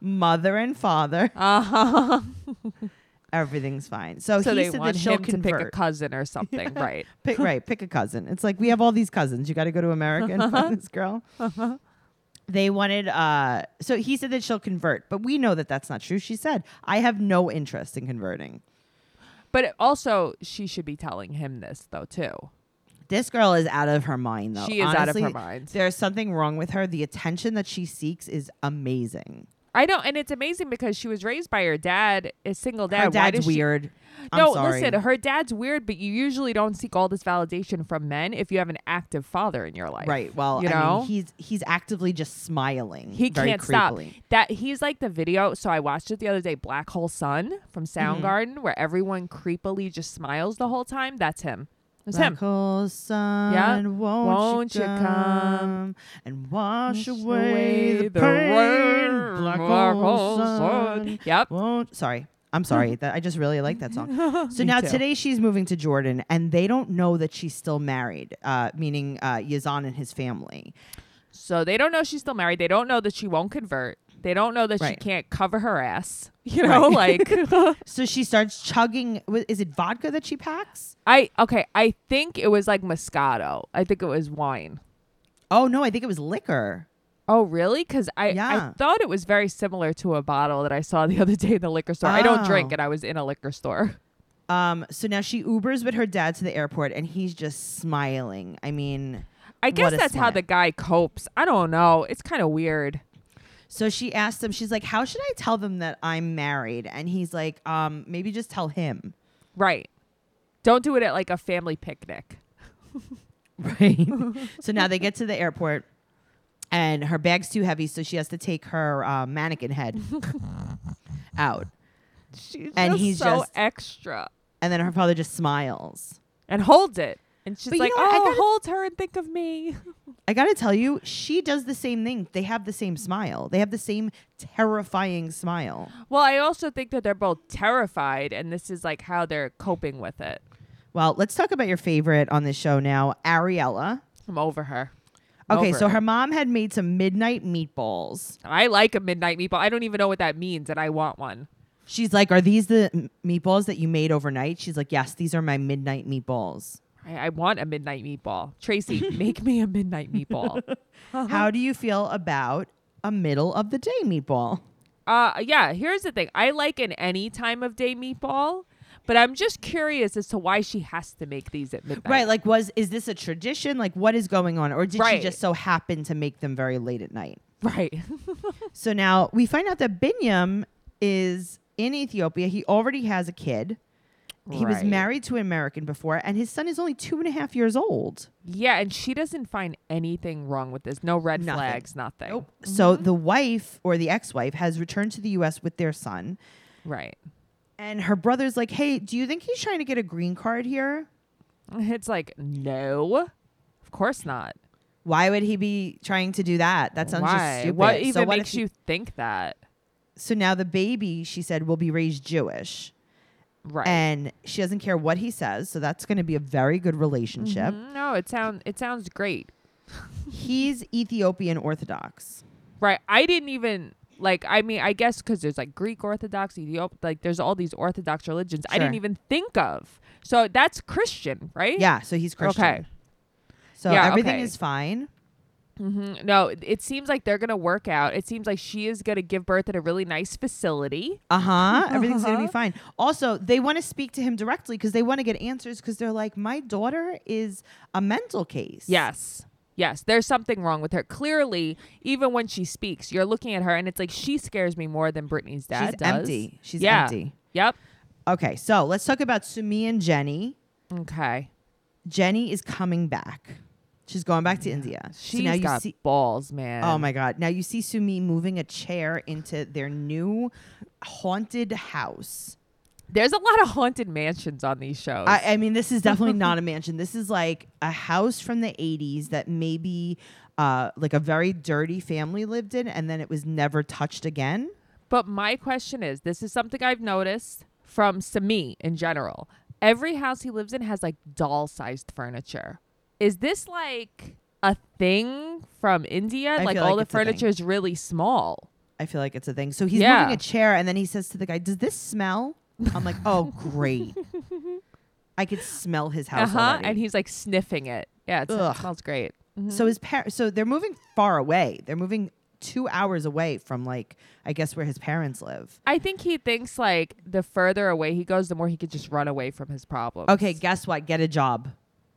mother and father. <laughs> uh-huh. Everything's fine. So, So he they said want that she'll him to pick a convert. cousin <laughs> or something, right? <laughs> Pick, right, pick a cousin. It's like we have all these cousins. You got to go to America and <laughs> find this girl. Uh-huh. They wanted. Uh, so he said that she'll convert, but we know that that's not true. She said, "I have no interest in converting." But it- also, she should be telling him this though too. This girl is out of her mind, though. She is out of her Honestly, mind. There's something wrong with her. The attention that she seeks is amazing. I know, and it's amazing because she was raised by her dad, a single dad. her Why dad's does she- weird. I'm no, sorry. listen, her dad's weird, but you usually don't seek all this validation from men if you have an active father in your life. Right. Well, you I know, mean, he's he's actively just smiling. he very can't creepily. stop. That he's like the video. So I watched it the other day, Black Hole Sun from Mm-hmm. Soundgarden, where everyone creepily just smiles the whole time. That's him. That's Black him. hole sun, Yeah. won't, Won't you you come, come and wash Wash away, away the, the pain? rain, black hole sun. Yep. Won't. Sorry. I'm <laughs> sorry. That I just really like that song. So Me now too. today she's moving to Jordan, and they don't know that she's still married, uh, meaning uh, Yazan and his family. So they don't know she's still married. They don't know that she won't convert. They don't know that she Right. can't cover her ass. <laughs> You <laughs> know, like So she starts chugging. wh- Is it vodka that she packs? I okay, I think it was like Moscato. I think it was wine. Oh no, I think it was liquor. Oh, really? Because I, Yeah. I thought it was very similar to a bottle that I saw the <laughs> other day in the liquor store. I don't drink, Oh. and I was in a liquor store. Um, so now she Ubers with her dad to the airport, and he's just smiling. I mean, I What guess a that's how smile. the guy copes. I don't know. It's kind of weird. so she asked him. She's like, "How should I tell them that I'm married?" And he's like, um, "Maybe just tell him." Right. Don't do it at like a family picnic. Right. <laughs> so now they get to the airport, and her bag's too heavy, so she has to take her uh, mannequin head out. She's And just he's so just- extra. And then her father just smiles. And holds it. And she's But you like, know what? I oh, gotta- hold her and think of me. I gotta tell you, she does the same thing. They have the same smile. They have the same terrifying smile. Well, I also think that they're both terrified, and this is like how they're coping with it. Well, let's talk about your favorite on this show now, Ariella. I'm over her. I'm Okay, over so it. her mom had made some midnight meatballs. I like a midnight meatball. I don't even know what that means, and I want one. She's like, "Are these the m- meatballs that you made overnight?" She's like, "Yes, these are my midnight meatballs." I, I want a midnight meatball. <laughs> Tracy, make me a midnight meatball. How do you feel about a middle of the day meatball? Uh, yeah. Here's the thing. I like an any time of day meatball, but I'm just curious as to why she has to make these at midnight. Right, like was is this a tradition? Like what is going on or did she Right. just so happen to make them very late at night? right. <laughs> So now we find out that Binyam is in Ethiopia. He already has a kid. He was Right. married to an American before, and his son is only two and a half years old. Yeah, and she doesn't find anything wrong with this. No red Nothing. flags. Nothing. So the wife or the ex wife has returned to the US with their son. Right. <laughs> And her brother's like, Hey, do you think he's trying to get a green card here? It's like no. Of course not. Why would he be trying to do that? That sounds just Why? stupid. What So even what makes if he- you think that? So now the baby, she said, will be raised Jewish. Right. And she doesn't care what he says. So that's going to be a very good relationship. Mhm. No, it sound it sounds great. Mm-hmm. He's Ethiopian Orthodox. Right. I didn't even like I mean, I guess cuz there's like Greek Orthodox, Ethiopian, like there's all these orthodox religions I Sure. didn't even think of. So that's Christian, right? Yeah. So he's Christian. Okay. So Yeah, everything okay. is fine. Mhm. No, it- it seems like they're going to work out. It seems like she is going to give birth at a really nice facility. Uh <laughs> huh. Everything's going to Uh-huh. be fine. Also, they want to speak to him directly because they want to get answers because they're like, my daughter is a mental case. Yes. Yes, there's something wrong with her. Clearly, even when she speaks, you're looking at her and it's like she scares me more than Britney's dad She's does. empty. She's Yeah. empty. Yep. Okay. So let's talk about Sumi and Jenny. Okay. Jenny is coming back. She's going back to India. She's so now you got see. balls, man. Oh my God. Now you see Sumi moving a chair into their new haunted house. There's a lot of haunted mansions on these shows. I, I mean, this <laughs> is definitely not a mansion. This is like a house from the 80s that maybe uh, like a very dirty family lived in and then it was never touched again. But my question is this is something I've noticed from Sami in general. Every house he lives in has like doll sized furniture. Is this like a thing from India? I like feel all like the it's a thing. furniture is really small. I feel like it's a thing. So he's Yeah. moving a chair, and then he says to the guy, "Does this smell?" I'm like, <laughs> "Oh, great." I could smell his house already. Uh-huh, And he's like sniffing it. Yeah, it's, Ugh. it smells great. Mhm. so his par- so they're moving far away. They're moving two hours away from like I guess where his parents live. I think he thinks like the further away he goes, the more he could just run away from his problems. Okay, guess what? Get a job.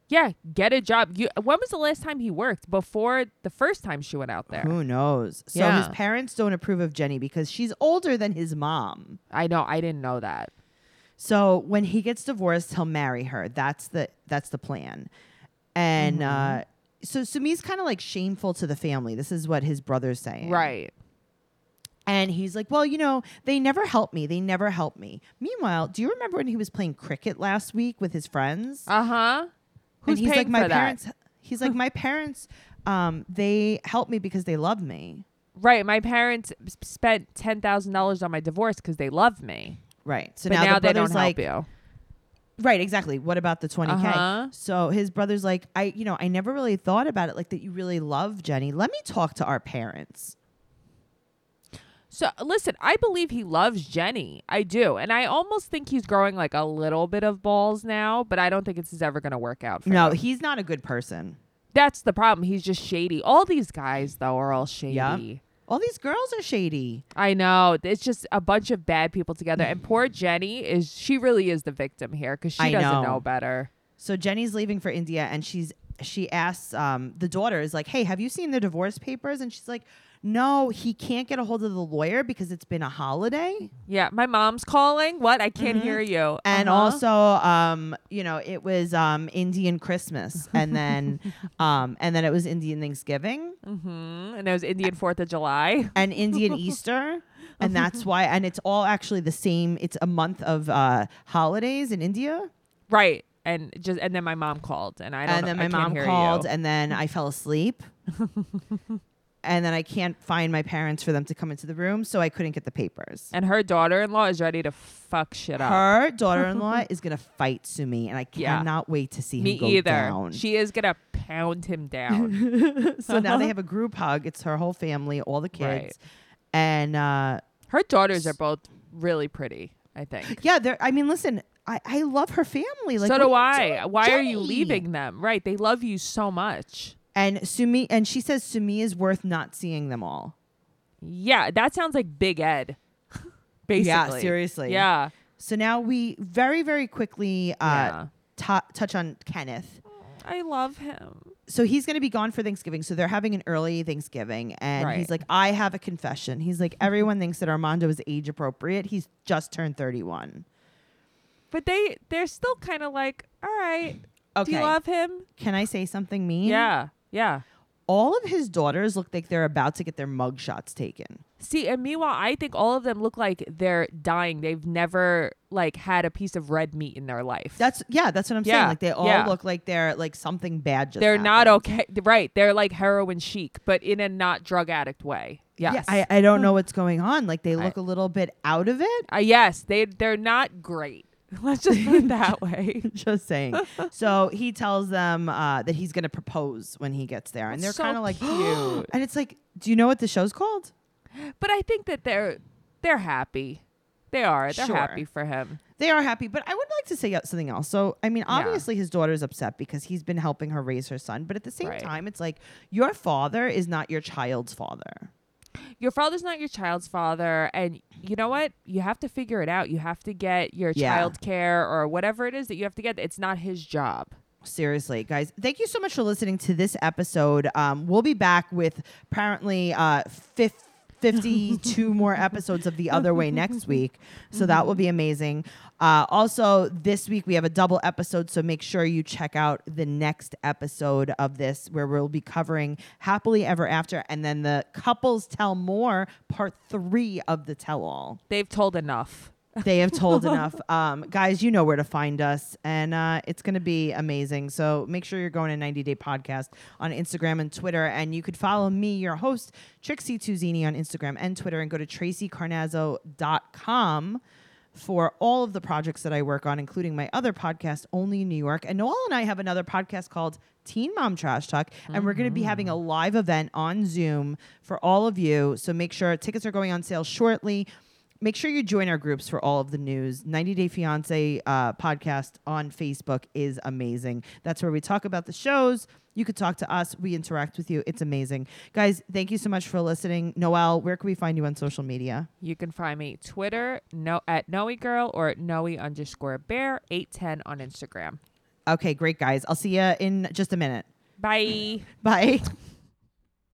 Yeah, get a job. You when was the last time he worked? Before the first time she went out there. Who knows? So his Yeah. parents don't approve of Jenny because she's older than his mom. I know, I didn't know that. So when he gets divorced, he'll marry her. That's the that's the plan. And Mm-hmm. uh, so Sumi's kind of like shameful to the family. This is what his brother's saying, Right. And he's like, "Well, you know, they never help me. They never help me." Meanwhile, do you remember when he was playing cricket last week with his friends? Uh huh. and Who's he's paying like, "My for parents." He's like, "My parents. Um, they help me because they love me." that? Right. My parents s- spent ten thousand dollars on my divorce because they love me, Right. So but now, now, the they brother's don't like, help Right, exactly. What about the 20K? Uh-huh. So his brother's like, I, you know, I never really thought about it like that you really love Jenny. Let me talk to our parents. you. So listen, I believe he loves Jenny. I do, and I almost think he's growing like a little bit of balls now, but I don't think this is ever going to work out. For No, him. he's not a good person. that's the problem. He's just shady. All these guys though are all shady. Yeah. All these girls are shady. I know. It's just a bunch of bad people together. And poor Jenny is she really is the victim here because she I doesn't know. know, better. So Jenny's leaving for India and she's she asks um, the daughter is like, "Hey, have you seen the divorce papers?" And she's like, "No, he can't get a hold of the lawyer because it's been a holiday." Yeah, my mom's calling. What? I can't hear you. Mm-hmm. and Uh-huh. also um you know it was um indian christmas and then <laughs> um and then it was indian thanksgiving Mhm. and it was Indian Fourth of July. <laughs> and indian easter and that's why and it's all actually the same it's a month of uh holidays in india Right. And just and then my mom called and I don't and know- then my I can't mom hear called you. and then i fell <laughs> asleep and then i can't find my parents for them to come into the room so i couldn't get the papers And her daughter in law is ready to fuck shit up. her <laughs> daughter-in-law is gonna fight sumi and i Yeah. cannot wait to see Me him go either. down She is gonna pound him <laughs> down. so now they have <laughs> a group hug. It's her whole family, all the kids, Right. and uh, her daughters are both really pretty, I think. yeah, they're. I mean, listen, I, I love her family. Like, so what do are I. you doing, Why are you Jenny? leaving them? Right. They love you so much. And Sumi, and she says Sumi is worth not seeing them all. Yeah, that sounds like Big Ed. <laughs> Basically. Yeah, seriously. Yeah. So now we very very quickly uh, Yeah. tou- touch on Kenneth. I love him. So he's going to be gone for Thanksgiving. So they're having an early Thanksgiving, and Right. he's like, "I have a confession." He's like, "Everyone thinks that Armando is age appropriate. He's just turned thirty-one." But they they're still kind of like, all right. Do Okay. you love him? Can I say something mean? Yeah. Yeah. all of his daughters look like they're about to get their mugshots taken. See, and meanwhile, I think all of them look like they're dying. They've never like had a piece of red meat in their life. That's yeah, that's what I'm saying. Yeah, Like they all yeah. look like they're like something bad just they're not happened. okay. Right. They're like heroin chic, but in a not drug addict way. Yes. Hmm. Yeah, I, I don't know what's going on. Like they I- look a little bit out of it. <laughs> Uh, yes, they they're not great. <laughs> Let's just put it <laughs> that way. Just <laughs> saying. so he tells them uh, that he's gonna propose when he gets there. And they're That's so kinda like cute. <gasps> and it's like, do you know what the show's called? But I think that they're they're happy. They are. They're Sure. happy for him. They are happy, but I would like to say uh, something else. So, I mean, Yeah. obviously his daughter's upset because he's been helping her raise her son, but at the same Right. time, it's like your father is not your child's father. Your father's not your child's father, and you know what? You have to figure it out. You have to get your Yeah. child care or whatever it is that you have to get. It's not his job. Seriously, guys, thank you so much for listening to this episode. Um, we'll be back with apparently uh, fif- 52 more episodes of The Other Way next week. So that will be amazing. Uh, also, this week we have a double episode. So make sure you check out the next episode of this where we'll be covering Happily Ever After and then the Couples Tell More part three of the tell all. They've told enough. They have told enough. Um, guys, you know where to find us, and uh, it's going to be amazing. So make sure you're going to 90 Day Podcast on Instagram and Twitter. And you could follow me, your host, Trixie Tuzini, on Instagram and Twitter, and go to tracycarnazzo.com for all of the projects that I work on, including my other podcast, Only in New York. And Noel and I have another podcast called Teen Mom Trash Talk, and we're going to be having a live event on Zoom for all of you. So make sure tickets are going on sale shortly. Make sure you join our groups for all of the news. 90 Day Fiance uh, podcast on Facebook is amazing. That's where we talk about the shows. You could talk to us. We interact with you. It's amazing. Guys, thank you so much for listening. Noel, where can we find you on social media? You can find me Twitter no at Noe Girl or at Noe underscore Bear eight ten on Instagram. Okay, great, guys. I'll see you in just a minute. Bye. Bye. <laughs>